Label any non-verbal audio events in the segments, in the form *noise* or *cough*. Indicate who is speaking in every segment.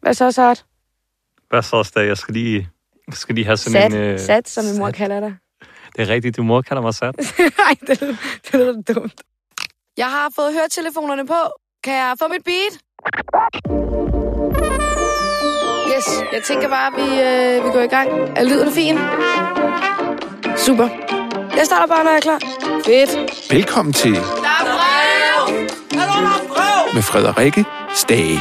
Speaker 1: Hvad så, Sart?
Speaker 2: Hvad så, Stad? Jeg skal lige, jeg skal lige have sådan
Speaker 1: Sat,
Speaker 2: en... øh,
Speaker 1: sat, som min mor
Speaker 2: sat.
Speaker 1: kalder *laughs* dig.
Speaker 2: Det er rigtigt, din mor kalder mig sat.
Speaker 1: Nej, det, lyder- det lyder dumt. Jeg har fået høretelefonerne på. Kan jeg få mit beat? Yes, jeg tænker bare, at vi, øh, vi går i gang. Er lyden fin? Super. Jeg starter bare, når jeg er klar. Fedt.
Speaker 3: Velkommen til med Frederikke Stage.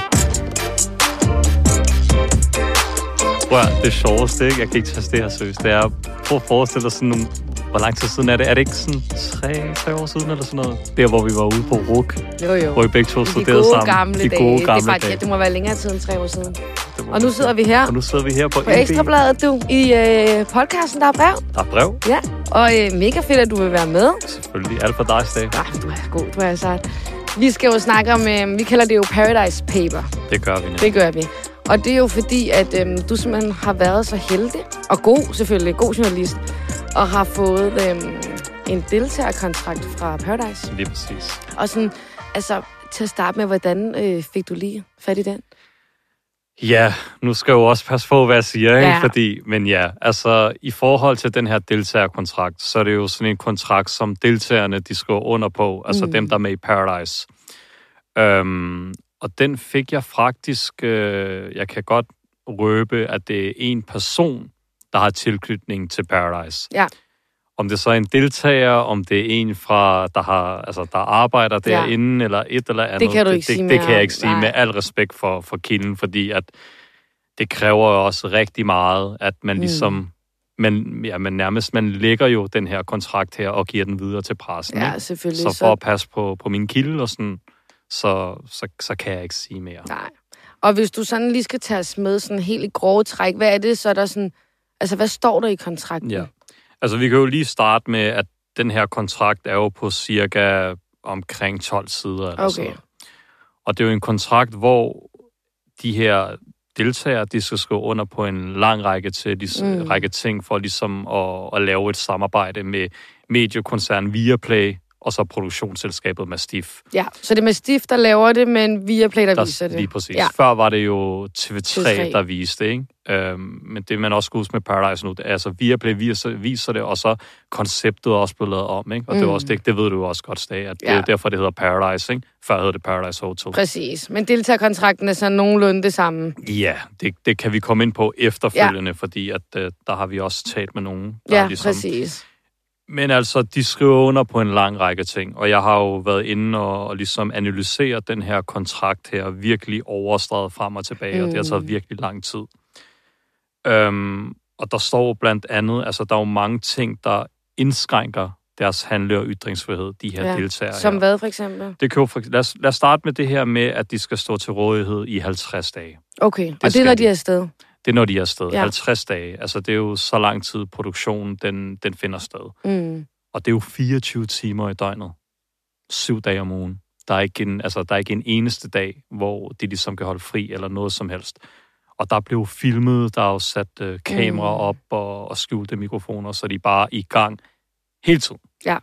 Speaker 2: Prøv at høre, det sjoveste, ikke? Jeg kan ikke tage det her seriøst. Det er, prøv at forestille dig sådan nogle... Hvor lang tid siden er det? Er det ikke sådan tre, tre år siden eller sådan noget? Der, hvor vi var ude på RUK,
Speaker 1: Jo, jo.
Speaker 2: hvor vi begge to
Speaker 1: De
Speaker 2: studerede
Speaker 1: gode
Speaker 2: sammen.
Speaker 1: gamle
Speaker 2: de
Speaker 1: dage.
Speaker 2: gode
Speaker 1: det, er
Speaker 2: gamle
Speaker 1: faktisk,
Speaker 2: dage.
Speaker 1: det må være længere tid end tre år siden.
Speaker 2: Det må
Speaker 1: Og
Speaker 2: man
Speaker 1: nu
Speaker 2: sige.
Speaker 1: sidder vi her
Speaker 2: Og nu sidder vi her på,
Speaker 1: på
Speaker 2: NB.
Speaker 1: Ekstrabladet, du, i øh, podcasten, der er brev.
Speaker 2: Der er brev,
Speaker 1: Ja, og øh, mega fedt, at du vil være med.
Speaker 2: selvfølgelig. Er det for dig, Stage?
Speaker 1: Ah, du er god, du er sejt. Vi skal jo snakke om, øh, vi kalder det jo Paradise Paper.
Speaker 2: Det gør vi nu.
Speaker 1: Det gør vi. Og det er jo fordi, at øh, du simpelthen har været så heldig, og god selvfølgelig, god journalist, og har fået øh, en deltagerkontrakt fra Paradise.
Speaker 2: Lige præcis.
Speaker 1: Og sådan, altså, til at starte med, hvordan øh, fik du lige fat i den?
Speaker 2: Mm. Ja, nu skal jeg jo også passe på, hvad jeg siger, ikke?
Speaker 1: Ja.
Speaker 2: Ja. Fordi, men ja, altså i forhold til den her deltagerkontrakt, så er det jo sådan en kontrakt, som deltagerne de skriver under på, altså
Speaker 1: Mm.
Speaker 2: mm. dem, der er med i Paradise. Øhm, og den fik jeg faktisk, øh, jeg kan godt røbe, at det er en person, der har tilknytning til Paradise.
Speaker 1: Ja.
Speaker 2: Om det så er en deltager, om det er en fra, der, har, altså, der arbejder derinde, eller et eller andet.
Speaker 1: kan du ikke
Speaker 2: det,
Speaker 1: sige
Speaker 2: det,
Speaker 1: mere
Speaker 2: det kan jeg
Speaker 1: om,
Speaker 2: ikke sige
Speaker 1: nej.
Speaker 2: med al respekt for, for kilden, fordi at det kræver jo også rigtig meget, at man
Speaker 1: Mm.
Speaker 2: ligesom, man, ja, man nærmest, man lægger jo den her kontrakt her og giver den videre til pressen.
Speaker 1: Ja,
Speaker 2: ikke?
Speaker 1: selvfølgelig.
Speaker 2: Så for at passe på, på min kilde og sådan, så, så, så kan jeg ikke sige mere.
Speaker 1: Nej. Og hvis du sådan lige skal tage os med sådan helt i grove træk, hvad er det så, der sådan... Altså, hvad står der i kontrakten?
Speaker 2: Ja. Altså, vi kan jo lige starte med, at den her kontrakt er jo på cirka omkring 12 sider. Eller
Speaker 1: Okay.
Speaker 2: sådan noget. Og det er jo en kontrakt, hvor de her deltagere, de skal skrive under på en lang række, til, de,
Speaker 1: Mm.
Speaker 2: mm. række ting for ligesom at, at lave et samarbejde med mediekoncernen Viaplay og så produktionsselskabet Mastiff.
Speaker 1: ja. Så det er med Stift, der laver det, men via Play, der,
Speaker 2: Der,
Speaker 1: viser det.
Speaker 2: Lige præcis.
Speaker 1: Ja.
Speaker 2: Ja. Før var det jo TV3,
Speaker 1: TV3.
Speaker 2: der viste det, ikke? Øhm, men det, man også skal huske med Paradise nu, det er, altså Viaplay viser, viser det, og så konceptet er også blevet lavet om, ikke? Og mm. det,
Speaker 1: Mm.
Speaker 2: var også, det, det ved du jo også godt, Stage, at det er
Speaker 1: Ja.
Speaker 2: jo derfor, det hedder Paradise, ikke? Før hed det Paradise Hotel.
Speaker 1: Præcis. Men deltagerkontrakten er så nogenlunde det samme.
Speaker 2: Ja, det, det kan vi komme ind på efterfølgende, ja. fordi at, øh, der har vi også talt med nogen. Der
Speaker 1: Ja,
Speaker 2: er ligesom,
Speaker 1: præcis.
Speaker 2: Men altså, de skriver under på en lang række ting, og jeg har jo været inde og, og ligesom analyseret den her kontrakt her, virkelig overstreget frem og tilbage, mm. og det har
Speaker 1: Mm.
Speaker 2: taget virkelig lang tid. Øhm, og der står jo blandt andet, altså der er jo mange ting, der indskrænker deres handle- og ytringsfrihed, de her
Speaker 1: Ja,
Speaker 2: ja. deltagere
Speaker 1: Som
Speaker 2: her.
Speaker 1: hvad, for eksempel?
Speaker 2: Det kan jo for, lad, os, lad os starte med det her med, at de skal stå til rådighed i 50 dage.
Speaker 1: Okay. Det og det er,
Speaker 2: skal
Speaker 1: når de
Speaker 2: de.
Speaker 1: er afsted.
Speaker 2: Det er, når de er afsted.
Speaker 1: Ja.
Speaker 2: Ja. 50 dage. Altså, det er jo så lang tid, produktionen den, den finder sted.
Speaker 1: Mm.
Speaker 2: Og det er jo 24 timer i døgnet. Syv dage om ugen. Der er ikke en, altså, der er ikke en eneste dag, hvor de ligesom kan holde fri eller noget som helst. Og der blev filmet, der er jo sat øh, kameraer
Speaker 1: Mm.
Speaker 2: op og, og skjulte mikrofoner, så de er bare i gang hele tiden.
Speaker 1: Ja.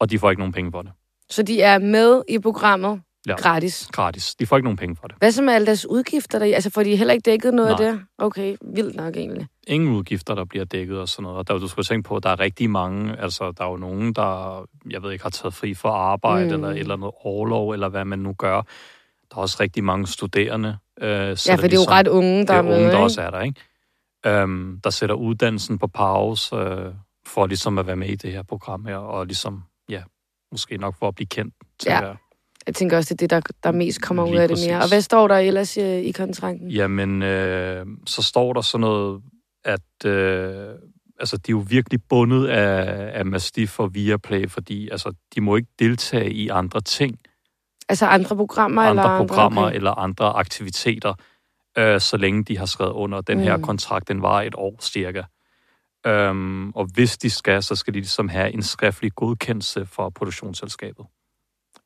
Speaker 2: Og de får ikke nogen penge for det.
Speaker 1: Så de er med i programmet
Speaker 2: Ja.
Speaker 1: gratis.
Speaker 2: Gratis. De får ikke nogen penge for det.
Speaker 1: Hvad så med alle deres udgifter? Der? Altså, får de heller ikke dækket noget
Speaker 2: Nej.
Speaker 1: af det? Okay, vildt nok egentlig.
Speaker 2: ingen udgifter, der bliver dækket og sådan noget. Og der, du skal tænke på, at der er rigtig mange, altså der er jo nogen, der, jeg ved ikke, har taget fri for arbejde,
Speaker 1: Mm.
Speaker 2: mm. eller et eller andet overlov, eller hvad man nu gør. Der er også rigtig mange studerende. Øh, ja,
Speaker 1: Ja, for det er jo ret unge, der
Speaker 2: det
Speaker 1: er,
Speaker 2: er
Speaker 1: med,
Speaker 2: unge, der
Speaker 1: ikke?
Speaker 2: også er der, ikke? Øhm, der sætter uddannelsen på pause, øh, for ligesom at være med i det her program her, og ligesom, ja, måske nok for at blive kendt.
Speaker 1: Ja.
Speaker 2: tænker jeg.
Speaker 1: Jeg tænker også, det er det, der, der mest kommer ud
Speaker 2: Lige
Speaker 1: af det
Speaker 2: præcis.
Speaker 1: mere. Og hvad står der ellers øh, i kontrakten?
Speaker 2: Jamen, øh, så står der sådan noget, at øh, altså, de er jo virkelig bundet af, af Mastiff og Viaplay, fordi altså, de må ikke deltage i andre ting,
Speaker 1: Altså andre programmer?
Speaker 2: andre
Speaker 1: eller
Speaker 2: programmer
Speaker 1: Okay.
Speaker 2: eller andre aktiviteter, øh, så længe de har skrevet under. Den her
Speaker 1: Mm.
Speaker 2: kontrakt, den var et år cirka. Øhm, og hvis de skal, så skal de ligesom have en skriftlig godkendelse fra produktionsselskabet.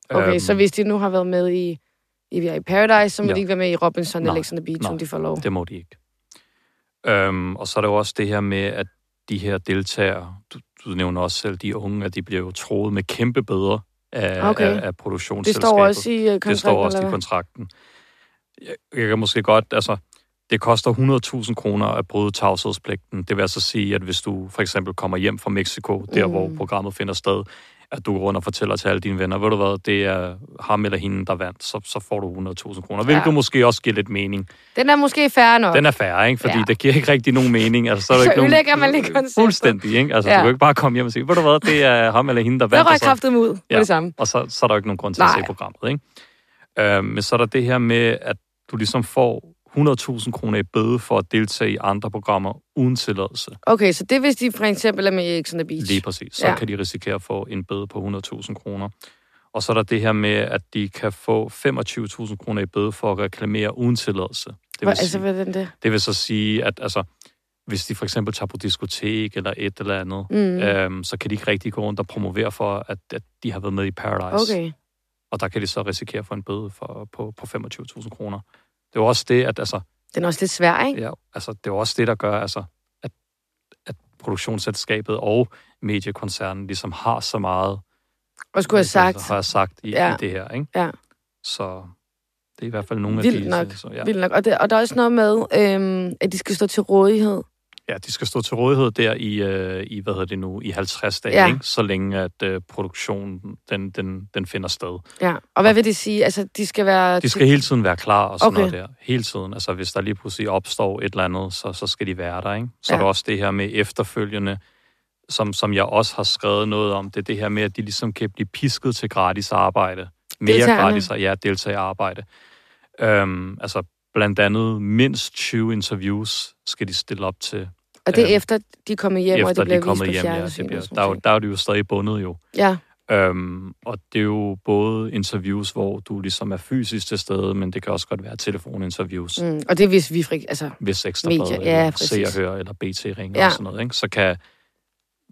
Speaker 1: Okay,
Speaker 2: Øhm,
Speaker 1: så hvis de nu har været med i, i Vi er i Paradise, så må ja.
Speaker 2: Ja.
Speaker 1: de ikke være med i Robinson
Speaker 2: Nej,
Speaker 1: eller Ex on the Beach,
Speaker 2: nej.
Speaker 1: om de får lov.
Speaker 2: Det må de ikke. Øhm, og så er der jo også det her med, at de her deltagere, du, du nævner også selv de unge, at de bliver jo troet med kæmpe bøder
Speaker 1: Okay.
Speaker 2: af, okay. af, af
Speaker 1: Det
Speaker 2: produktionsselskabet.
Speaker 1: står også i øh, kontrakten,
Speaker 2: det står også
Speaker 1: eller
Speaker 2: i
Speaker 1: hvad?
Speaker 2: kontrakten. Jeg, jeg kan måske godt, altså, Det koster 100.000 kroner at bryde tavshedspligten. Det vil altså sige, at hvis du for eksempel kommer hjem fra Mexico, der mm. hvor
Speaker 1: Mm.
Speaker 2: programmet finder sted, at du går rundt og fortæller til alle dine venner, ved du hvad, det er ham eller hende, der vandt, så, så får du 100.000 kroner, hvilket
Speaker 1: Ja.
Speaker 2: måske også giver lidt mening.
Speaker 1: Den er måske færre nok.
Speaker 2: Den er færre, ikke? fordi ja.
Speaker 1: Ja.
Speaker 2: det giver ikke rigtig nogen mening. Altså,
Speaker 1: *laughs*
Speaker 2: så er der
Speaker 1: Så
Speaker 2: ikke
Speaker 1: ødelægger
Speaker 2: nogen...
Speaker 1: man lidt konceptet.
Speaker 2: Fuldstændig, ikke? Altså, ja.
Speaker 1: Ja.
Speaker 2: du kan jo ikke bare komme hjem og sige, ved du hvad, det er ham eller hende, der
Speaker 1: Der
Speaker 2: vandt.
Speaker 1: røg
Speaker 2: og så-
Speaker 1: kraftet ud ja.
Speaker 2: Ja.
Speaker 1: med det samme.
Speaker 2: og så, så er der jo ikke nogen grund til Nej. at
Speaker 1: Nej.
Speaker 2: se programmet. Ikke? Øh, men så er der det her med, at du ligesom får 100.000 kroner i bøde for at deltage i andre programmer uden tilladelse.
Speaker 1: Okay, så det er, hvis de for eksempel er med i X on the Beach.
Speaker 2: Lige præcis. Så ja.
Speaker 1: Ja.
Speaker 2: kan de risikere at få en bøde på 100.000 kroner. Og så er der det her med, at de kan få 25.000 kroner i bøde for at reklamere uden tilladelse. Det
Speaker 1: Hvor,
Speaker 2: vil,
Speaker 1: altså,
Speaker 2: sige,
Speaker 1: hvad er den der?
Speaker 2: det vil så sige, at altså, hvis de for eksempel tager på diskotek eller et eller andet,
Speaker 1: Mm.
Speaker 2: mm. øhm, så kan de ikke rigtig gå rundt og promovere for, at, at de har været med i Paradise.
Speaker 1: Okay.
Speaker 2: og der kan de så risikere for en bøde for, på, på 25.000 kroner. Det er jo også det, at, altså,
Speaker 1: Den er også lidt svær, ikke?
Speaker 2: ja, altså, det er jo også det, der gør, altså, at, at produktionsselskabet og mediekoncernen ligesom har så meget, altså,
Speaker 1: Og skulle have sagt,
Speaker 2: har sagt i, ja.
Speaker 1: Ja.
Speaker 2: i det her. Ikke?
Speaker 1: Ja.
Speaker 2: Så det er i hvert fald nogle af
Speaker 1: Vildt
Speaker 2: de...
Speaker 1: nok.
Speaker 2: Så, ja.
Speaker 1: vildt nok. Og, det, og der er også noget med, øhm, at de skal stå til rådighed.
Speaker 2: ja, de skal stå til rådighed der i, øh, i hvad hedder det nu, i 50 dage,
Speaker 1: Ja.
Speaker 2: ikke? så længe at øh, produktionen den, den, den finder sted.
Speaker 1: Ja. Og hvad vil det sige? Altså, de skal være...
Speaker 2: De skal hele tiden være klar og sådan okay.
Speaker 1: Okay.
Speaker 2: noget der. Hele tiden. Altså, hvis der lige pludselig opstår et eller andet, så, så skal de være der, ikke? Så ja.
Speaker 1: Ja.
Speaker 2: er der også det her med efterfølgende, som, som jeg også har skrevet noget om, det er det her med, at de ligesom kan blive pisket til gratis arbejde. Mere
Speaker 1: Deltagerne.
Speaker 2: gratis, ja, deltage i arbejde. Øhm, altså, blandt andet mindst 20 interviews skal de stille op til,
Speaker 1: Og det
Speaker 2: øhm,
Speaker 1: er efter, de er kommet hjem, og
Speaker 2: efter
Speaker 1: det
Speaker 2: de er
Speaker 1: bliver vist
Speaker 2: kommet
Speaker 1: på
Speaker 2: hjem. Ja, det
Speaker 1: fjernsyn.
Speaker 2: bliver,
Speaker 1: Ja,
Speaker 2: der, er jo, der er de jo stadig bundet jo.
Speaker 1: ja.
Speaker 2: Øhm, og det er jo både interviews, hvor du ligesom er fysisk til stede, men det kan også godt være telefoninterviews, mm.
Speaker 1: Mm. og det er hvis vi fri... Altså,
Speaker 2: hvis ekstra
Speaker 1: Medier,
Speaker 2: Bladet,
Speaker 1: ja,
Speaker 2: eller
Speaker 1: præcis.
Speaker 2: se og høre eller BT ringer ja.
Speaker 1: Ja.
Speaker 2: og sådan noget, ikke? så kan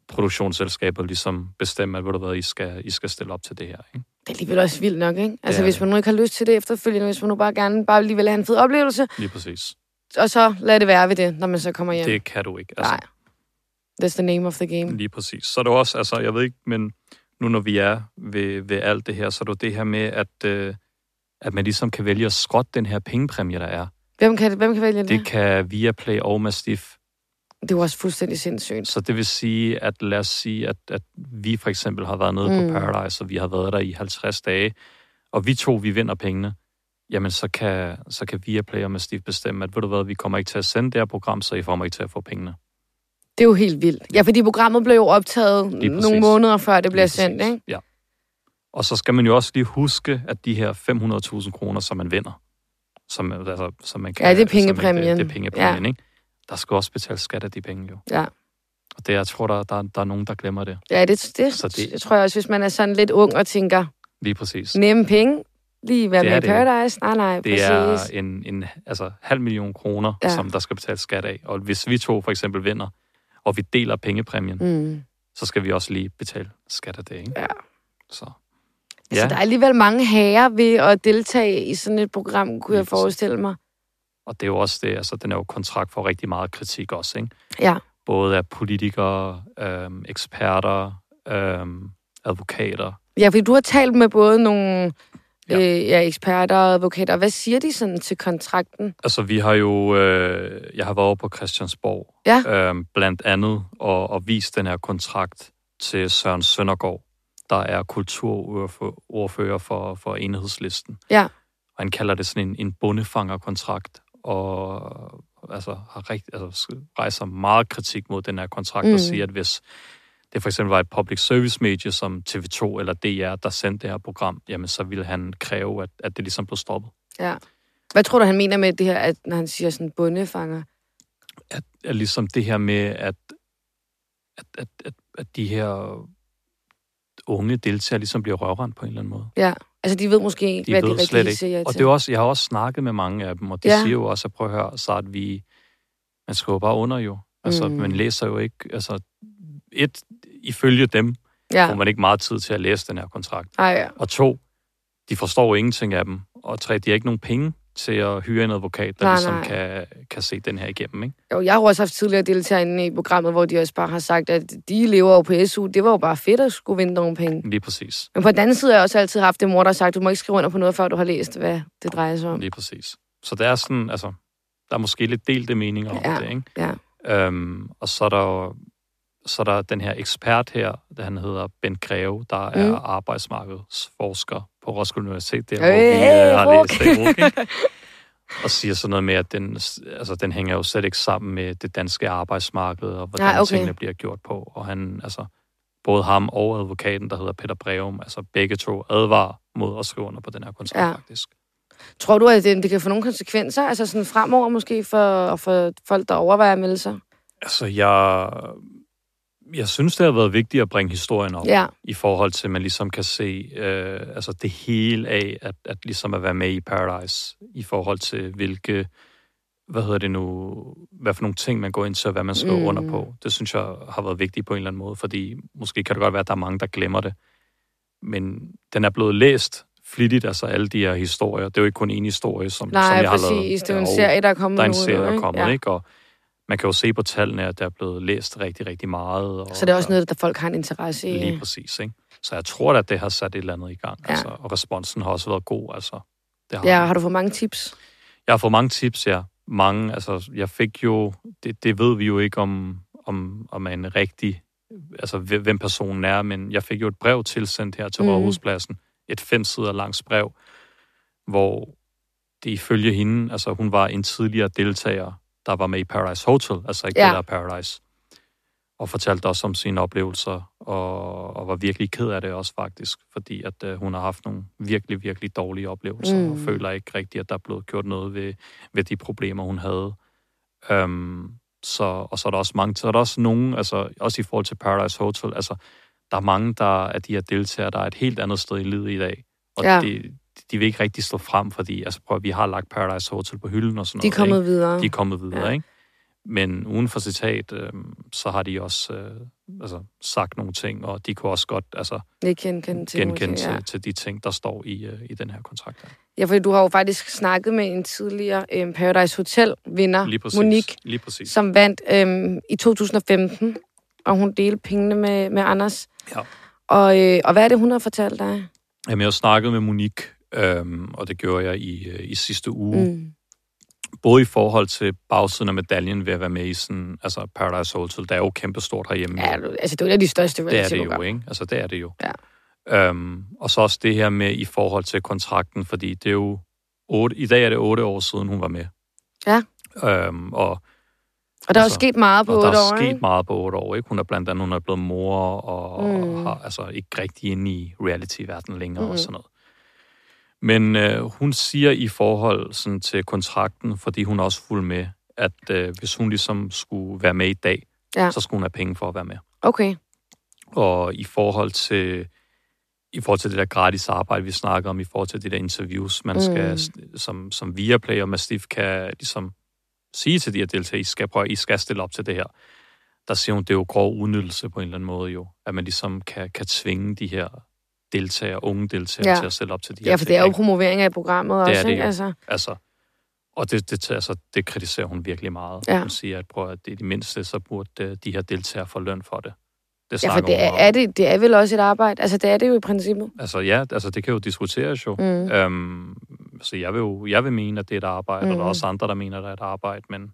Speaker 2: produktionsselskabet ligesom bestemme, at ved du hvad, I skal, I skal stille op til det her. Ikke?
Speaker 1: det er alligevel også vildt nok, ikke? Altså,
Speaker 2: Ja.
Speaker 1: hvis man nu ikke har lyst til det efterfølgende, hvis man nu bare gerne bare lige vil have en fed oplevelse,
Speaker 2: Lige præcis.
Speaker 1: og så lad det være ved det, når man så kommer hjem.
Speaker 2: Ja. Det kan du ikke. Altså,
Speaker 1: Nej. That's the name of the game.
Speaker 2: Lige præcis. Så er det jo også, altså, jeg ved ikke, men nu når vi er ved, ved alt det her, så er det jo det her med, at, øh, at man ligesom kan vælge at skrotte den her pengepræmie, der er.
Speaker 1: Hvem kan, hvem kan vælge det?
Speaker 2: Det kan Viaplay og Mastiff
Speaker 1: Det er jo også fuldstændig sindssygt.
Speaker 2: Så det vil sige, at lad os sige, at, at vi for eksempel har været nede
Speaker 1: Mm.
Speaker 2: mm. på Paradise, og vi har været der i 50 dage, og vi to, vi vinder pengene, jamen så kan, så kan Viaplay og Mastiff bestemme, at ved du hvad, vi kommer ikke til at sende det her program, så I kommer ikke til at få pengene.
Speaker 1: Det er jo helt vildt. Ja, fordi programmet blev jo optaget
Speaker 2: Lige præcis.
Speaker 1: nogle måneder før det bliver
Speaker 2: Lige præcis.
Speaker 1: sendt, ikke?
Speaker 2: Ja. Og så skal man jo også lige huske, at de her 500.000 kroner, som man vinder, som, altså, som man kan...
Speaker 1: Ja, det er
Speaker 2: som man-
Speaker 1: pengepræmien.
Speaker 2: Det, det er pengepræmien, ja. ikke? Der skal også betales skat af de penge, jo.
Speaker 1: Ja.
Speaker 2: Og det, jeg tror, der, der, der er nogen, der glemmer det.
Speaker 1: Ja, det, det,
Speaker 2: Så det-
Speaker 1: det tror jeg også, hvis man er sådan lidt ung og tænker,
Speaker 2: Lige præcis.
Speaker 1: nemme penge, lige være
Speaker 2: Det
Speaker 1: med
Speaker 2: er
Speaker 1: i
Speaker 2: det jo.
Speaker 1: Paradise. Nej, nej,
Speaker 2: Det
Speaker 1: præcis.
Speaker 2: er en, en altså, halv million kroner, ja.
Speaker 1: Ja.
Speaker 2: som der skal betales skat af. Og hvis vi to for eksempel vinder, og vi deler pengepræmien, mm.
Speaker 1: Mm.
Speaker 2: så skal vi også lige betale skat af det, ikke?
Speaker 1: Ja.
Speaker 2: Så.
Speaker 1: Ja. Så Altså, der er alligevel mange hager ved at deltage i sådan et program, kunne jeg
Speaker 2: Lige præcis.
Speaker 1: forestille mig.
Speaker 2: Og det er jo også det, altså den er jo kontrakt for rigtig meget kritik også, ikke?
Speaker 1: Ja.
Speaker 2: Både af politikere, øhm, eksperter, øhm, advokater.
Speaker 1: Ja, fordi du har talt med både nogle
Speaker 2: Ja.
Speaker 1: ja. Øh, ja, eksperter og advokater. Hvad siger de sådan til kontrakten?
Speaker 2: Altså vi har jo, øh, jeg har været over på Christiansborg,
Speaker 1: Ja.
Speaker 2: øhm, blandt andet, og, og vist den her kontrakt til Søren Søndergaard, der er kulturordfører for, for enhedslisten.
Speaker 1: Ja.
Speaker 2: Og han kalder det sådan en, en bondefangerkontrakt, og altså, har rigt, altså, rejser meget kritik mod den her kontrakt, mm.
Speaker 1: Mm.
Speaker 2: og siger, at hvis det for eksempel var et public service medie som TV2 eller DR, der sendte det her program, jamen så ville han kræve, at, at det ligesom blev stoppet.
Speaker 1: Hvad tror du, han mener med det her, at, når han siger sådan bundefanger?
Speaker 2: at, at ligesom det her med, at, at, at, at, at de her unge deltagere ligesom bliver røvrende på en eller anden måde.
Speaker 1: Altså, de ved måske ikke,
Speaker 2: De
Speaker 1: hvad,
Speaker 2: ved
Speaker 1: de, hvad
Speaker 2: slet
Speaker 1: de
Speaker 2: ikke.
Speaker 1: siger
Speaker 2: Og det
Speaker 1: til.
Speaker 2: er også, jeg har også snakket med mange af dem, og det ja.
Speaker 1: Ja.
Speaker 2: siger jo også, at prøv at høre, så at vi, man skriver bare under jo. Altså, mm.
Speaker 1: Mm.
Speaker 2: man læser jo ikke, altså, et, ifølge dem, ja. får
Speaker 1: Ja.
Speaker 2: man ikke meget tid til at læse den her kontrakt.
Speaker 1: Ej, ja.
Speaker 2: Og to, de forstår jo ingenting af dem. Og tre, de har ikke nogen penge til at hyre en advokat, der
Speaker 1: Nej,
Speaker 2: ligesom
Speaker 1: nej.
Speaker 2: Kan, kan se den her igennem, ikke?
Speaker 1: Jo, jeg har jo også haft tidligere deltagere inde i programmet, hvor de også bare har sagt, at de lever jo på SU. Det var jo bare fedt at skulle vinde nogle penge.
Speaker 2: Lige præcis.
Speaker 1: Men på den anden side har jeg også altid haft det mor, der har sagt, du må ikke skrive under på noget, før du har læst, hvad det drejer sig om.
Speaker 2: Lige præcis. Så det er sådan, altså, der er måske lidt delte meninger om
Speaker 1: Ja.
Speaker 2: det, ikke?
Speaker 1: Ja.
Speaker 2: Øhm, og så er der jo, så er der den her ekspert her, der han hedder Ben Greve, der er
Speaker 1: Mm.
Speaker 2: arbejdsmarkedsforsker på Roskilde Universitet, der
Speaker 1: Hey,
Speaker 2: hvor vi øh,
Speaker 1: hey,
Speaker 2: har læst
Speaker 1: Rock.
Speaker 2: det, Rock, ikke? og siger sådan noget med, at den, altså, den hænger jo slet ikke sammen med det danske arbejdsmarked, og hvordan
Speaker 1: Nej,
Speaker 2: Nej,
Speaker 1: okay.
Speaker 2: okay. tingene bliver gjort på. Og han, altså, både ham og advokaten, der hedder Peter Breum, altså begge to advarer mod at skrive under på den her kontrakt,
Speaker 1: Ja.
Speaker 2: ja. faktisk.
Speaker 1: Tror du, at det, det kan få nogle konsekvenser? Altså sådan fremover måske for, for folk, der overvejer at melde sig?
Speaker 2: Altså, jeg, jeg synes, det har været vigtigt at bringe historien op.
Speaker 1: Ja.
Speaker 2: i forhold til, at man ligesom kan se øh, altså det hele af, at, at ligesom at være med i Paradise, i forhold til hvilke, hvad hedder det nu, hvad for nogle ting, man går ind til, og hvad man skriver
Speaker 1: Mm.
Speaker 2: mm. under på. Det synes jeg har været vigtigt på en eller anden måde, fordi måske kan det godt være, at der er mange, der glemmer det. Men den er blevet læst flittigt, altså alle de her historier. Det er jo ikke kun en historie, som, som
Speaker 1: Nej,
Speaker 2: jeg har lavet.
Speaker 1: præcis. Det er jo en
Speaker 2: Og-
Speaker 1: serie, der er kommet
Speaker 2: der er en
Speaker 1: nu,
Speaker 2: serie, der
Speaker 1: ikke?
Speaker 2: er kommet, ja. ikke? Og man kan jo se på tallene, at der er blevet læst rigtig, rigtig meget. Og
Speaker 1: Så det er også
Speaker 2: der-
Speaker 1: noget, der folk har en interesse i.
Speaker 2: Lige præcis, ikke? Så jeg tror da, at det har sat et eller andet i gang.
Speaker 1: Ja.
Speaker 2: Ja. Altså, og responsen har også været god, altså. Det har
Speaker 1: Ja,
Speaker 2: den.
Speaker 1: har du fået mange tips?
Speaker 2: Jeg har fået mange tips, ja. Mange, altså, jeg fik jo... Det, det ved vi jo ikke, om, om, om man er en rigtig... Altså, hve- hvem personen er, men jeg fik jo et brev tilsendt her til
Speaker 1: Mhm.
Speaker 2: mm. Rådhuspladsen. Et fem sider langs brev, hvor det ifølge hende, altså hun var en tidligere deltager, der var med i Paradise Hotel, altså ikke
Speaker 1: Ja.
Speaker 2: ja. det der er Paradise, og fortalte også om sine oplevelser, og, og var virkelig ked af det også faktisk, fordi at øh, hun har haft nogle virkelig, virkelig dårlige oplevelser, mm. og
Speaker 1: Mm.
Speaker 2: føler ikke rigtigt, at der er blevet gjort noget ved, ved de problemer, hun havde. Øhm, så, og så er der også mange, så er der også nogen, altså også i forhold til Paradise Hotel, altså der er mange der, af de her deltagere, der er et helt andet sted i livet i dag, og
Speaker 1: Ja.
Speaker 2: ja. det, de vil ikke rigtig stå frem, fordi altså, prøv, at- vi har lagt Paradise Hotel på hylden og sådan
Speaker 1: De er
Speaker 2: noget.
Speaker 1: kommet
Speaker 2: ikke?
Speaker 1: videre.
Speaker 2: de er kommet videre,
Speaker 1: Ja.
Speaker 2: ja. ikke? Men uden for citat, øh, så har de også øh, altså, sagt nogle ting, og de kunne også godt altså,
Speaker 1: Ikke genkende til.
Speaker 2: genkende
Speaker 1: måske,
Speaker 2: til,
Speaker 1: ja.
Speaker 2: ja. til de ting, der står i, øh, i den her kontrakt. her.
Speaker 1: ja, fordi du har jo faktisk snakket med en tidligere øhm, Paradise Hotel-vinder,
Speaker 2: Lige præcis.
Speaker 1: Monique,
Speaker 2: Lige præcis.
Speaker 1: som vandt øhm, i 2015, og hun delte pengene med, med Anders.
Speaker 2: Ja.
Speaker 1: Og, øh, og hvad er det, hun har fortalt dig?
Speaker 2: Jamen, jeg har snakket med Monique, øh, og det gjorde jeg i, øh, i sidste uge.
Speaker 1: Mm.
Speaker 2: både i forhold til bagsiden af medaljen ved at være med i sådan, altså Paradise Hotel, der er jo kæmpestort herhjemme.
Speaker 1: Ja, du- altså, det er jo et af de største
Speaker 2: det er det jo,
Speaker 1: reality-programmer.
Speaker 2: ikke? Altså, det er det jo.
Speaker 1: Ja.
Speaker 2: Øhm, og så også det her med i forhold til kontrakten, fordi det er jo otte, i dag er det otte år siden, hun var med.
Speaker 1: Ja.
Speaker 2: Øhm, og,
Speaker 1: Og der er jo
Speaker 2: Altså,
Speaker 1: sket meget på
Speaker 2: og der
Speaker 1: otte
Speaker 2: er
Speaker 1: år,
Speaker 2: sket
Speaker 1: ikke?
Speaker 2: meget på otte år, ikke? Hun er blandt andet, hun er blevet mor og,
Speaker 1: Mm.
Speaker 2: og har altså ikke rigtig inde i reality-verdenen længere mm.
Speaker 1: Mm.
Speaker 2: og sådan noget. Men øh, hun siger i forhold sådan, til kontrakten, fordi hun er også fuld med, at øh, hvis hun ligesom skulle være med i dag,
Speaker 1: Ja.
Speaker 2: ja. så skulle hun have penge for at være med.
Speaker 1: Okay.
Speaker 2: Og i forhold til i forhold til det der gratis arbejde, vi snakker om, i forhold til det der interviews, man
Speaker 1: Mm.
Speaker 2: skal, som, som Viaplay og Mastiff kan ligesom sige til de her deltagere, I skal prøve, I skal stille op til det her. Der siger hun, det er jo grov udnyttelse på en eller anden måde jo, at man ligesom kan, kan tvinge de her deltagere, unge deltagere,
Speaker 1: Ja.
Speaker 2: til at stille op til de
Speaker 1: Ja,
Speaker 2: her
Speaker 1: for det er jo
Speaker 2: ting,
Speaker 1: promovering af programmet
Speaker 2: er
Speaker 1: også,
Speaker 2: det
Speaker 1: ikke?
Speaker 2: jo.
Speaker 1: Altså,
Speaker 2: ikke? Altså, og det, det, altså, det kritiserer hun virkelig meget.
Speaker 1: Ja.
Speaker 2: Hun siger, at prøv at det er det mindste, så burde øh, de her deltagere få løn for det. Det
Speaker 1: ja, for
Speaker 2: snakker
Speaker 1: det
Speaker 2: hun
Speaker 1: er,
Speaker 2: meget om.
Speaker 1: er det, det er vel også et arbejde. Altså, det er det jo i princippet.
Speaker 2: Altså ja, altså det kan jo diskuteres jo.
Speaker 1: Mm.
Speaker 2: Mm. Øhm, så jeg vil jo jeg vil mene, at det er et arbejde, mm. og der
Speaker 1: Mm.
Speaker 2: er også andre, der mener, at det er et arbejde, men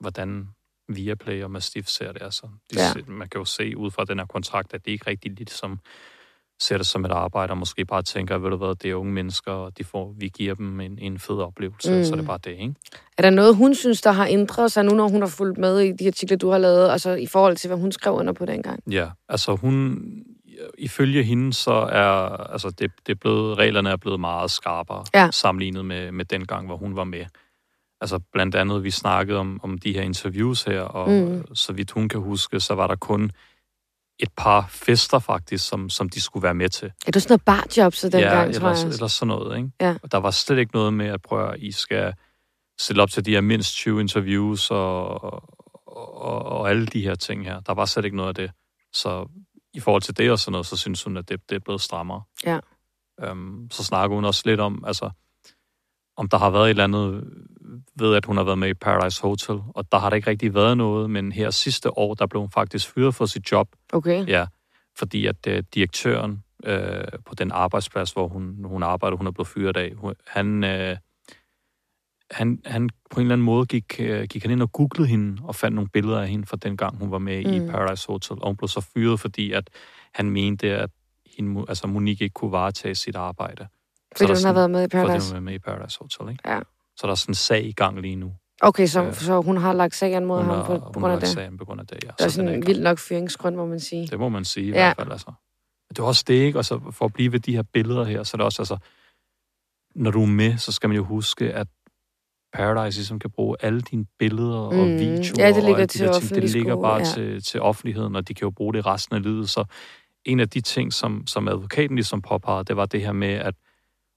Speaker 2: hvordan Viaplay og Mastiff ser det, altså. De
Speaker 1: Ja.
Speaker 2: ja. Man kan jo se ud fra den her kontrakt, at det ikke rigtig ligesom ser det som et arbejde, og måske bare tænker, ved du hvad, det er unge mennesker, og de får, vi giver dem en, en fed oplevelse,
Speaker 1: Mm.
Speaker 2: mm. så det er bare det, ikke?
Speaker 1: Er der noget, hun synes, der har ændret sig nu, når hun har fulgt med i de artikler, du har lavet, og så i forhold til, hvad hun skrev under på dengang?
Speaker 2: Ja, altså hun, ifølge hende, så er, altså det, det er blevet, reglerne er blevet meget skarpere,
Speaker 1: Ja.
Speaker 2: sammenlignet med, med den gang, hvor hun var med. Altså blandt andet, vi snakkede om, om de her interviews her, og
Speaker 1: Mm.
Speaker 2: mm. så vidt hun kan huske, så var der kun et par fester faktisk, som, som de skulle være med til.
Speaker 1: Er du sådan noget barjob så dengang, ja, tror
Speaker 2: eller,
Speaker 1: jeg?
Speaker 2: eller sådan noget, ikke?
Speaker 1: Ja.
Speaker 2: Og der var slet ikke noget med at prøve, at I skal stille op til de her mindst 20 interviews og, og, og, og alle de her ting her. Der var slet ikke noget af det. Så i forhold til det og sådan noget, så synes hun, at det, det er blevet strammere.
Speaker 1: Ja.
Speaker 2: Øhm, så snakker hun også lidt om, altså, om der har været et eller andet ved, at hun har været med i Paradise Hotel, og der har der ikke rigtig været noget, men her sidste år, der blev hun faktisk fyret for sit job,
Speaker 1: Okay.
Speaker 2: Ja, fordi at øh, direktøren øh, på den arbejdsplads, hvor hun, hun arbejder, hun er blevet fyret af, hun, han, øh, han, han på en eller anden måde gik, øh, gik han ind og googlede hende og fandt nogle billeder af hende fra den gang, hun var med mm.
Speaker 1: Mm.
Speaker 2: i Paradise Hotel. Og hun blev så fyret, fordi at han mente, at hende, mo- altså Monique ikke kunne varetage sit arbejde.
Speaker 1: Fordi
Speaker 2: der
Speaker 1: hun har
Speaker 2: sådan-
Speaker 1: været med i
Speaker 2: Paradise.
Speaker 1: Paradise.
Speaker 2: Fordi hun var med i Paradise Hotel, ikke?
Speaker 1: Ja.
Speaker 2: Så der er sådan en sag i gang lige nu.
Speaker 1: Okay, så,
Speaker 2: Ja.
Speaker 1: så hun har lagt sagen mod
Speaker 2: Hun
Speaker 1: ham
Speaker 2: har,
Speaker 1: for, på
Speaker 2: hun
Speaker 1: grund
Speaker 2: har
Speaker 1: af
Speaker 2: lagt
Speaker 1: det.
Speaker 2: sagen på grund af det,
Speaker 1: Det
Speaker 2: ja.
Speaker 1: er
Speaker 2: Så den
Speaker 1: sådan
Speaker 2: er i
Speaker 1: en
Speaker 2: gang.
Speaker 1: vild nok fyringsgrund, må man sige.
Speaker 2: Det må man sige i
Speaker 1: Ja.
Speaker 2: ja. hvert fald, altså. Men Det er også det, ikke? Og så for at blive ved de her billeder her, så er det også, altså, når du er med, så skal man jo huske, at Paradise ligesom kan bruge alle dine billeder mm. og
Speaker 1: Mm.
Speaker 2: videoer.
Speaker 1: Ja, det ligger
Speaker 2: og alle
Speaker 1: til
Speaker 2: de der ting.
Speaker 1: offentlig
Speaker 2: Det ligger
Speaker 1: skue,
Speaker 2: bare
Speaker 1: ja.
Speaker 2: til, til offentligheden, og de kan jo bruge det resten af livet. Så en af de ting, som, som advokaten ligesom påpegede, det var det her med, at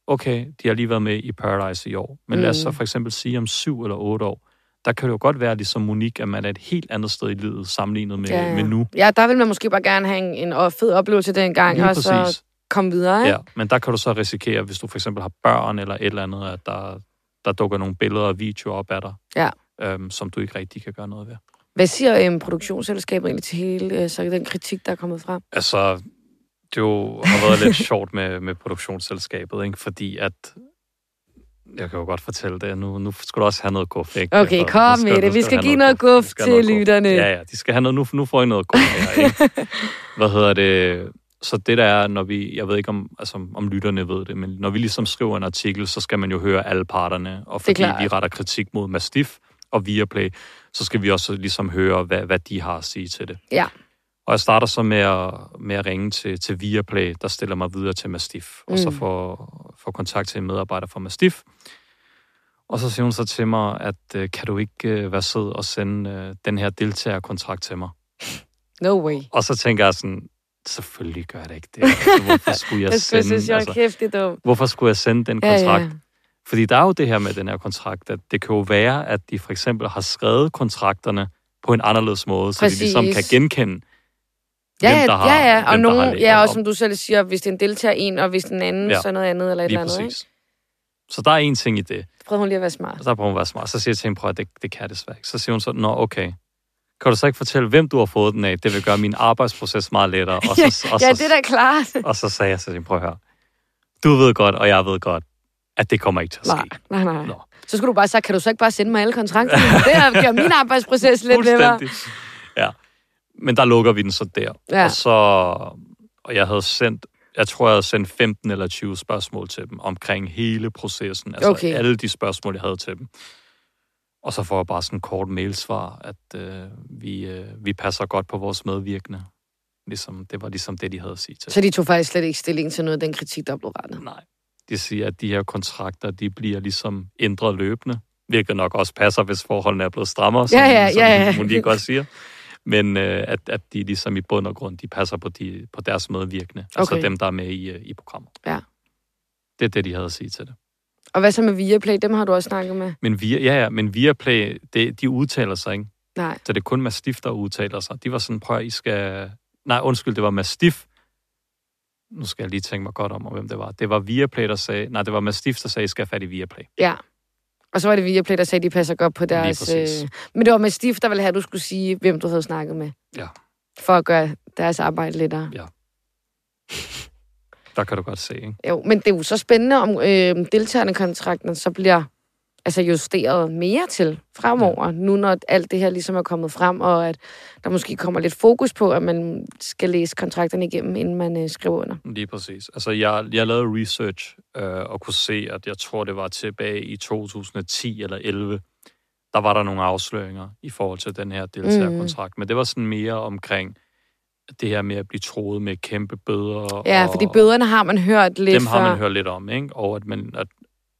Speaker 2: okay, de har lige været med i Paradise i år, men mm. lad os
Speaker 1: Mm.
Speaker 2: så for eksempel sige om syv eller otte år, der kan det jo godt være, ligesom Monique, at man er et helt andet sted i livet sammenlignet med,
Speaker 1: Ja, ja.
Speaker 2: med nu.
Speaker 1: Ja, der vil man måske bare gerne have en, en o- fed oplevelse dengang,
Speaker 2: Lige
Speaker 1: og så
Speaker 2: præcis.
Speaker 1: komme videre. Ikke?
Speaker 2: Ja, men der kan du så risikere, hvis du for eksempel har børn eller et eller andet, at der, der dukker nogle billeder og videoer op af dig,
Speaker 1: Ja.
Speaker 2: øhm, som du ikke rigtig kan gøre noget ved.
Speaker 1: Hvad siger øhm, produktionsselskabet egentlig til hele øh, så den kritik, der er kommet frem?
Speaker 2: Altså, det jo har været lidt *laughs* sjovt med, med produktionsselskabet, ikke? fordi at jeg kan jo godt fortælle det. Nu, nu skal du også have noget guf, ikke?
Speaker 1: Okay,
Speaker 2: Altså, nu
Speaker 1: kom
Speaker 2: nu
Speaker 1: med det. Vi skal
Speaker 2: have
Speaker 1: give
Speaker 2: noget
Speaker 1: noget guf
Speaker 2: Vi skal have
Speaker 1: til
Speaker 2: noget guf.
Speaker 1: lytterne.
Speaker 2: Ja, ja, de skal have noget. Nu, nu får I noget godt her, ikke?
Speaker 1: *laughs*
Speaker 2: Hvad hedder det? Så det der er, når vi, jeg ved ikke om, altså, om lytterne ved det, men når vi ligesom skriver en artikel, så skal man jo høre alle parterne. Og fordi
Speaker 1: klart.
Speaker 2: vi retter kritik mod Mastiff og Viaplay, så skal vi også ligesom høre, hvad, hvad de har at sige til det.
Speaker 1: Ja.
Speaker 2: Og jeg starter så med at, med at ringe til, til Viaplay, der stiller mig videre til Mastiff. Og så
Speaker 1: Mm.
Speaker 2: får, får kontakt til en medarbejder fra Mastiff. Og så siger hun så til mig, at øh, kan du ikke øh, være sød og sende øh, den her deltagerkontrakt til mig?
Speaker 1: No way.
Speaker 2: Og så tænker jeg sådan, selvfølgelig gør jeg da ikke det. Altså,
Speaker 1: *laughs*
Speaker 2: hvorfor skulle jeg,
Speaker 1: Jeg skulle
Speaker 2: sende,
Speaker 1: synes, jeg er
Speaker 2: altså,
Speaker 1: kæft, det er dumt.
Speaker 2: hvorfor skulle jeg sende den
Speaker 1: Ja,
Speaker 2: kontrakt?
Speaker 1: ja.
Speaker 2: Fordi der er jo det her med den her kontrakt, at det kan jo være, at de for eksempel har skrevet kontrakterne på en anderledes måde, så
Speaker 1: Præcis.
Speaker 2: de ligesom kan genkende,
Speaker 1: Ja,
Speaker 2: hvem der har,
Speaker 1: ja, ja. Og
Speaker 2: hvem, der har
Speaker 1: nogen,
Speaker 2: læ-
Speaker 1: ja,
Speaker 2: og-
Speaker 1: og som du selv siger, hvis den deltager en, og hvis den anden, ja.
Speaker 2: Ja.
Speaker 1: så noget andet eller et
Speaker 2: lige
Speaker 1: eller andet. Ikke?
Speaker 2: præcis. Så der er en ting i det.
Speaker 1: Prøv hun lige at være smart.
Speaker 2: Og så prøver hun at være smart. Så siger jeg til hende, prøv at det, det kan jeg desværre ikke. Så siger hun så, nå okay. Kan du så ikke fortælle, hvem du har fået den af? Det vil gøre min arbejdsproces meget lettere. *laughs* Og så, og
Speaker 1: *laughs*
Speaker 2: så,
Speaker 1: Ja, det er da
Speaker 2: *laughs*
Speaker 1: klart.
Speaker 2: og så sagde jeg så til hende, prøv at høre. Du ved godt, og jeg ved godt, at det kommer ikke til at ske.
Speaker 1: Nej, nej, nej.
Speaker 2: Nå.
Speaker 1: Så skulle du bare sige, kan du så ikke bare sende mig alle
Speaker 2: *laughs*
Speaker 1: kontrakterne? det har gjort min arbejdsproces lidt nemmere.
Speaker 2: Fuldstændig. Ja. Men der lukker vi den så der.
Speaker 1: Ja.
Speaker 2: Og så... Og jeg havde sendt... Jeg tror, jeg havde sendt 15 eller 20 spørgsmål til dem omkring hele processen. Altså
Speaker 1: Okay.
Speaker 2: okay. alle de spørgsmål, jeg havde til dem. Og så får jeg bare sådan en kort mailsvar, at øh, vi, øh, vi passer godt på vores medvirkende. Ligesom, det var ligesom det, de havde at sige til.
Speaker 1: Så de tog faktisk slet ikke stilling til noget af den kritik, der blev rettet.
Speaker 2: Nej. De siger, at de her kontrakter, de bliver ligesom ændret løbende, hvilket nok også passer, hvis forholdene er blevet strammere, som,
Speaker 1: Ja, ja,
Speaker 2: som
Speaker 1: ja, ja.
Speaker 2: Monique også siger. Men øh, at, at de ligesom i bund og grund, de passer på, de, på deres medvirkende, okay. altså
Speaker 1: Okay.
Speaker 2: dem, der er med i, øh, i programmet.
Speaker 1: Ja.
Speaker 2: Det er det, de havde at sige til det.
Speaker 1: Og hvad så med Viaplay? Dem har du også snakket med.
Speaker 2: Men via, ja, ja, men Viaplay, det, de udtaler sig, ikke?
Speaker 1: Nej.
Speaker 2: Så det er kun Mastiff, der udtaler sig. De var sådan, prøv at I skal... Nej, undskyld, det var Mastiff. Nu skal jeg lige tænke mig godt om, og hvem det var. Det var Viaplay, der sagde... Nej, det var Mastiff, der sagde, I skal have fat i Viaplay.
Speaker 1: Ja. Og så var det Viaplay, der sagde, at de passer godt på deres... øh,"
Speaker 2: præcis.
Speaker 1: men det var med Stif, der ville have, at du skulle sige, hvem du havde snakket med.
Speaker 2: Ja.
Speaker 1: For at gøre deres arbejde lettere.
Speaker 2: Der kan du godt se, ikke?
Speaker 1: Jo, men det er jo så spændende, om øh, deltagerne kontrakten så bliver altså justeret mere til fremover,
Speaker 2: Mm.
Speaker 1: ja. nu når alt det her ligesom er kommet frem, og at der måske kommer lidt fokus på, at man skal læse kontrakterne igennem, inden man øh, skriver under.
Speaker 2: Lige præcis. Altså, jeg, jeg lavede research øh, og kunne se, at jeg tror, det var tilbage i 2010 eller 11, der var der nogle afsløringer i forhold til den her deltagerkontrakt. Mm. Men det var sådan mere omkring det her med at blive troet med kæmpe bøder.
Speaker 1: Ja,
Speaker 2: og,
Speaker 1: fordi bøderne har man hørt lidt
Speaker 2: dem har
Speaker 1: før.
Speaker 2: man hørt lidt om, ikke? Og, at man, at,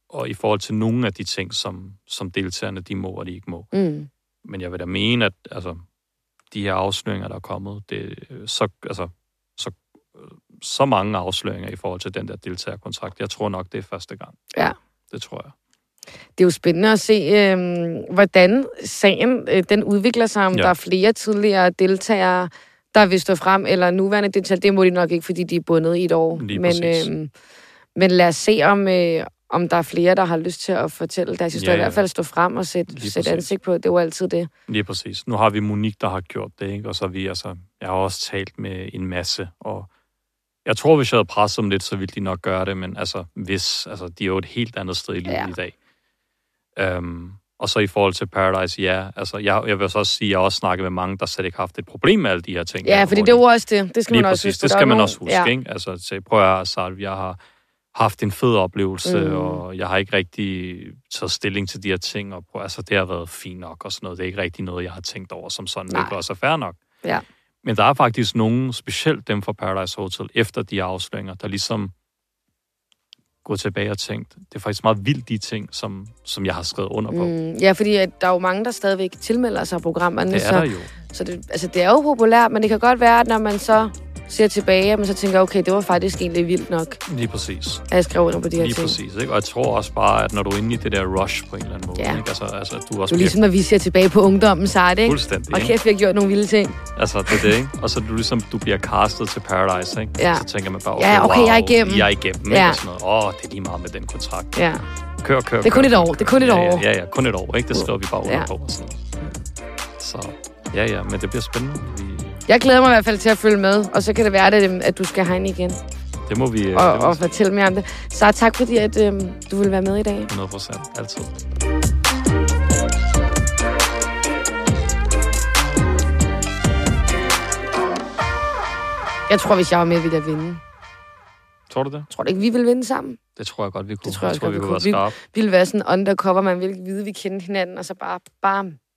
Speaker 2: og i forhold til nogle af de ting, som, som deltagerne de må og de ikke må.
Speaker 1: Mm.
Speaker 2: Men jeg vil da mene, at altså, de her afsløringer, der er kommet, det, øh, så, altså, så, øh, så mange afsløringer i forhold til den der deltagerkontrakt. Jeg tror nok, det er første gang.
Speaker 1: Ja.
Speaker 2: Det tror jeg.
Speaker 1: Det er jo spændende at se, øh, hvordan sagen øh, den udvikler sig, om ja.
Speaker 2: Ja.
Speaker 1: der er flere tidligere deltagere, der vil stå frem, eller nuværende deltagere. Det må de nok ikke, fordi de er bundet i et år.
Speaker 2: Lige
Speaker 1: men, øh,
Speaker 2: præcis.
Speaker 1: men lad os se, om, øh, om der er flere, der har lyst til at fortælle deres historie. Ja, ja.
Speaker 2: ja.
Speaker 1: I hvert fald stå frem og sætte
Speaker 2: Lige
Speaker 1: sæt
Speaker 2: præcis.
Speaker 1: ansigt på. Det er jo altid det.
Speaker 2: Lige præcis. Nu har vi Monique, der har gjort det, ikke? og så har vi, altså, jeg har også talt med en masse, og jeg tror, hvis jeg havde presset dem lidt, så ville de nok gøre det, men altså, hvis, altså, de er jo et helt andet sted i livet
Speaker 1: Ja.
Speaker 2: ja. i dag. Øhm, og så i forhold til Paradise, ja. Altså, jeg, jeg vil så også sige, at jeg har også snakket med mange, der slet ikke har haft et problem med alle de her ting.
Speaker 1: Ja, fordi det er jo også det. Det skal
Speaker 2: Lige
Speaker 1: man også
Speaker 2: præcis,
Speaker 1: huske.
Speaker 2: det
Speaker 1: Der
Speaker 2: skal
Speaker 1: er
Speaker 2: man
Speaker 1: nogen-
Speaker 2: også huske,
Speaker 1: Ja.
Speaker 2: ja. ikke? Altså, til, prøv at høre, Sarv, jeg har haft en fed oplevelse,
Speaker 1: Mm.
Speaker 2: mm. og jeg har ikke rigtig taget stilling til de her ting, og prøv, altså, det har været fint nok og sådan noget. Det er ikke rigtig noget, jeg har tænkt over som sådan,
Speaker 1: Nej.
Speaker 2: hvilket også er fair nok.
Speaker 1: Ja.
Speaker 2: Men der er faktisk nogen, specielt dem fra Paradise Hotel, efter de her afsløringer, der ligesom går tilbage og tænkt, det er faktisk meget vildt de ting, som, som jeg har skrevet under på. Mm.
Speaker 1: Mm, ja, fordi at der er jo mange, der stadigvæk tilmelder sig programmerne.
Speaker 2: Det er
Speaker 1: så,
Speaker 2: der jo.
Speaker 1: så det, altså, det er jo populært, men det kan godt være, at når man så ser tilbage, at man så tænker, okay, det var faktisk egentlig vildt nok,
Speaker 2: Lige præcis.
Speaker 1: at jeg skrev under på de her
Speaker 2: Lige
Speaker 1: ting.
Speaker 2: præcis. Ikke? Og jeg tror også bare, at når du er inde i det der rush på en eller anden måde,
Speaker 1: Ja.
Speaker 2: ja. ikke? Altså, altså, du
Speaker 1: Det
Speaker 2: også
Speaker 1: er jo
Speaker 2: bliver
Speaker 1: ligesom, når vi ser tilbage på ungdommen, så det, ikke?
Speaker 2: fuldstændig.
Speaker 1: Og
Speaker 2: ikke?
Speaker 1: kæft, vi har gjort nogle vilde ting.
Speaker 2: Altså, det er det, ikke? Og så er du ligesom, du bliver castet til Paradise, ikke?
Speaker 1: Ja.
Speaker 2: Så tænker man bare, okay,
Speaker 1: Ja, okay,
Speaker 2: wow,
Speaker 1: jeg er igennem.
Speaker 2: Jeg er igennem,
Speaker 1: Ja.
Speaker 2: ja. og sådan noget. Åh, oh, det er lige meget med den kontrakt.
Speaker 1: Ja.
Speaker 2: Kør, kør,
Speaker 1: Det er kun
Speaker 2: kør,
Speaker 1: et
Speaker 2: kør,
Speaker 1: år. Det er kun et
Speaker 2: ja, ja,
Speaker 1: år.
Speaker 2: Ja, ja, kun et år, ikke? Det skriver vi bare under
Speaker 1: Ja.
Speaker 2: ja. på. Og sådan noget. Så, ja, ja, men det bliver spændende. Vi,
Speaker 1: Jeg glæder mig i hvert fald til at følge med, og så kan det være, at, øhm, at du skal herind igen
Speaker 2: det må vi...
Speaker 1: og,
Speaker 2: det må
Speaker 1: og
Speaker 2: vi-
Speaker 1: fortælle mere om det. Så tak fordi, at øhm, du ville være med i dag.
Speaker 2: 100 procent, altid.
Speaker 1: Jeg tror, hvis jeg var med, ville jeg vinde.
Speaker 2: Tror du det?
Speaker 1: Tror du ikke, vi ville vinde sammen?
Speaker 2: Det tror jeg godt, vi kunne.
Speaker 1: Det tror jeg også
Speaker 2: tror,
Speaker 1: godt, vi
Speaker 2: vi kunne være
Speaker 1: kunne.
Speaker 2: skarpe.
Speaker 1: Vi ville være sådan undercover, man ville ikke vide, vi kendte hinanden, og så bare, bam.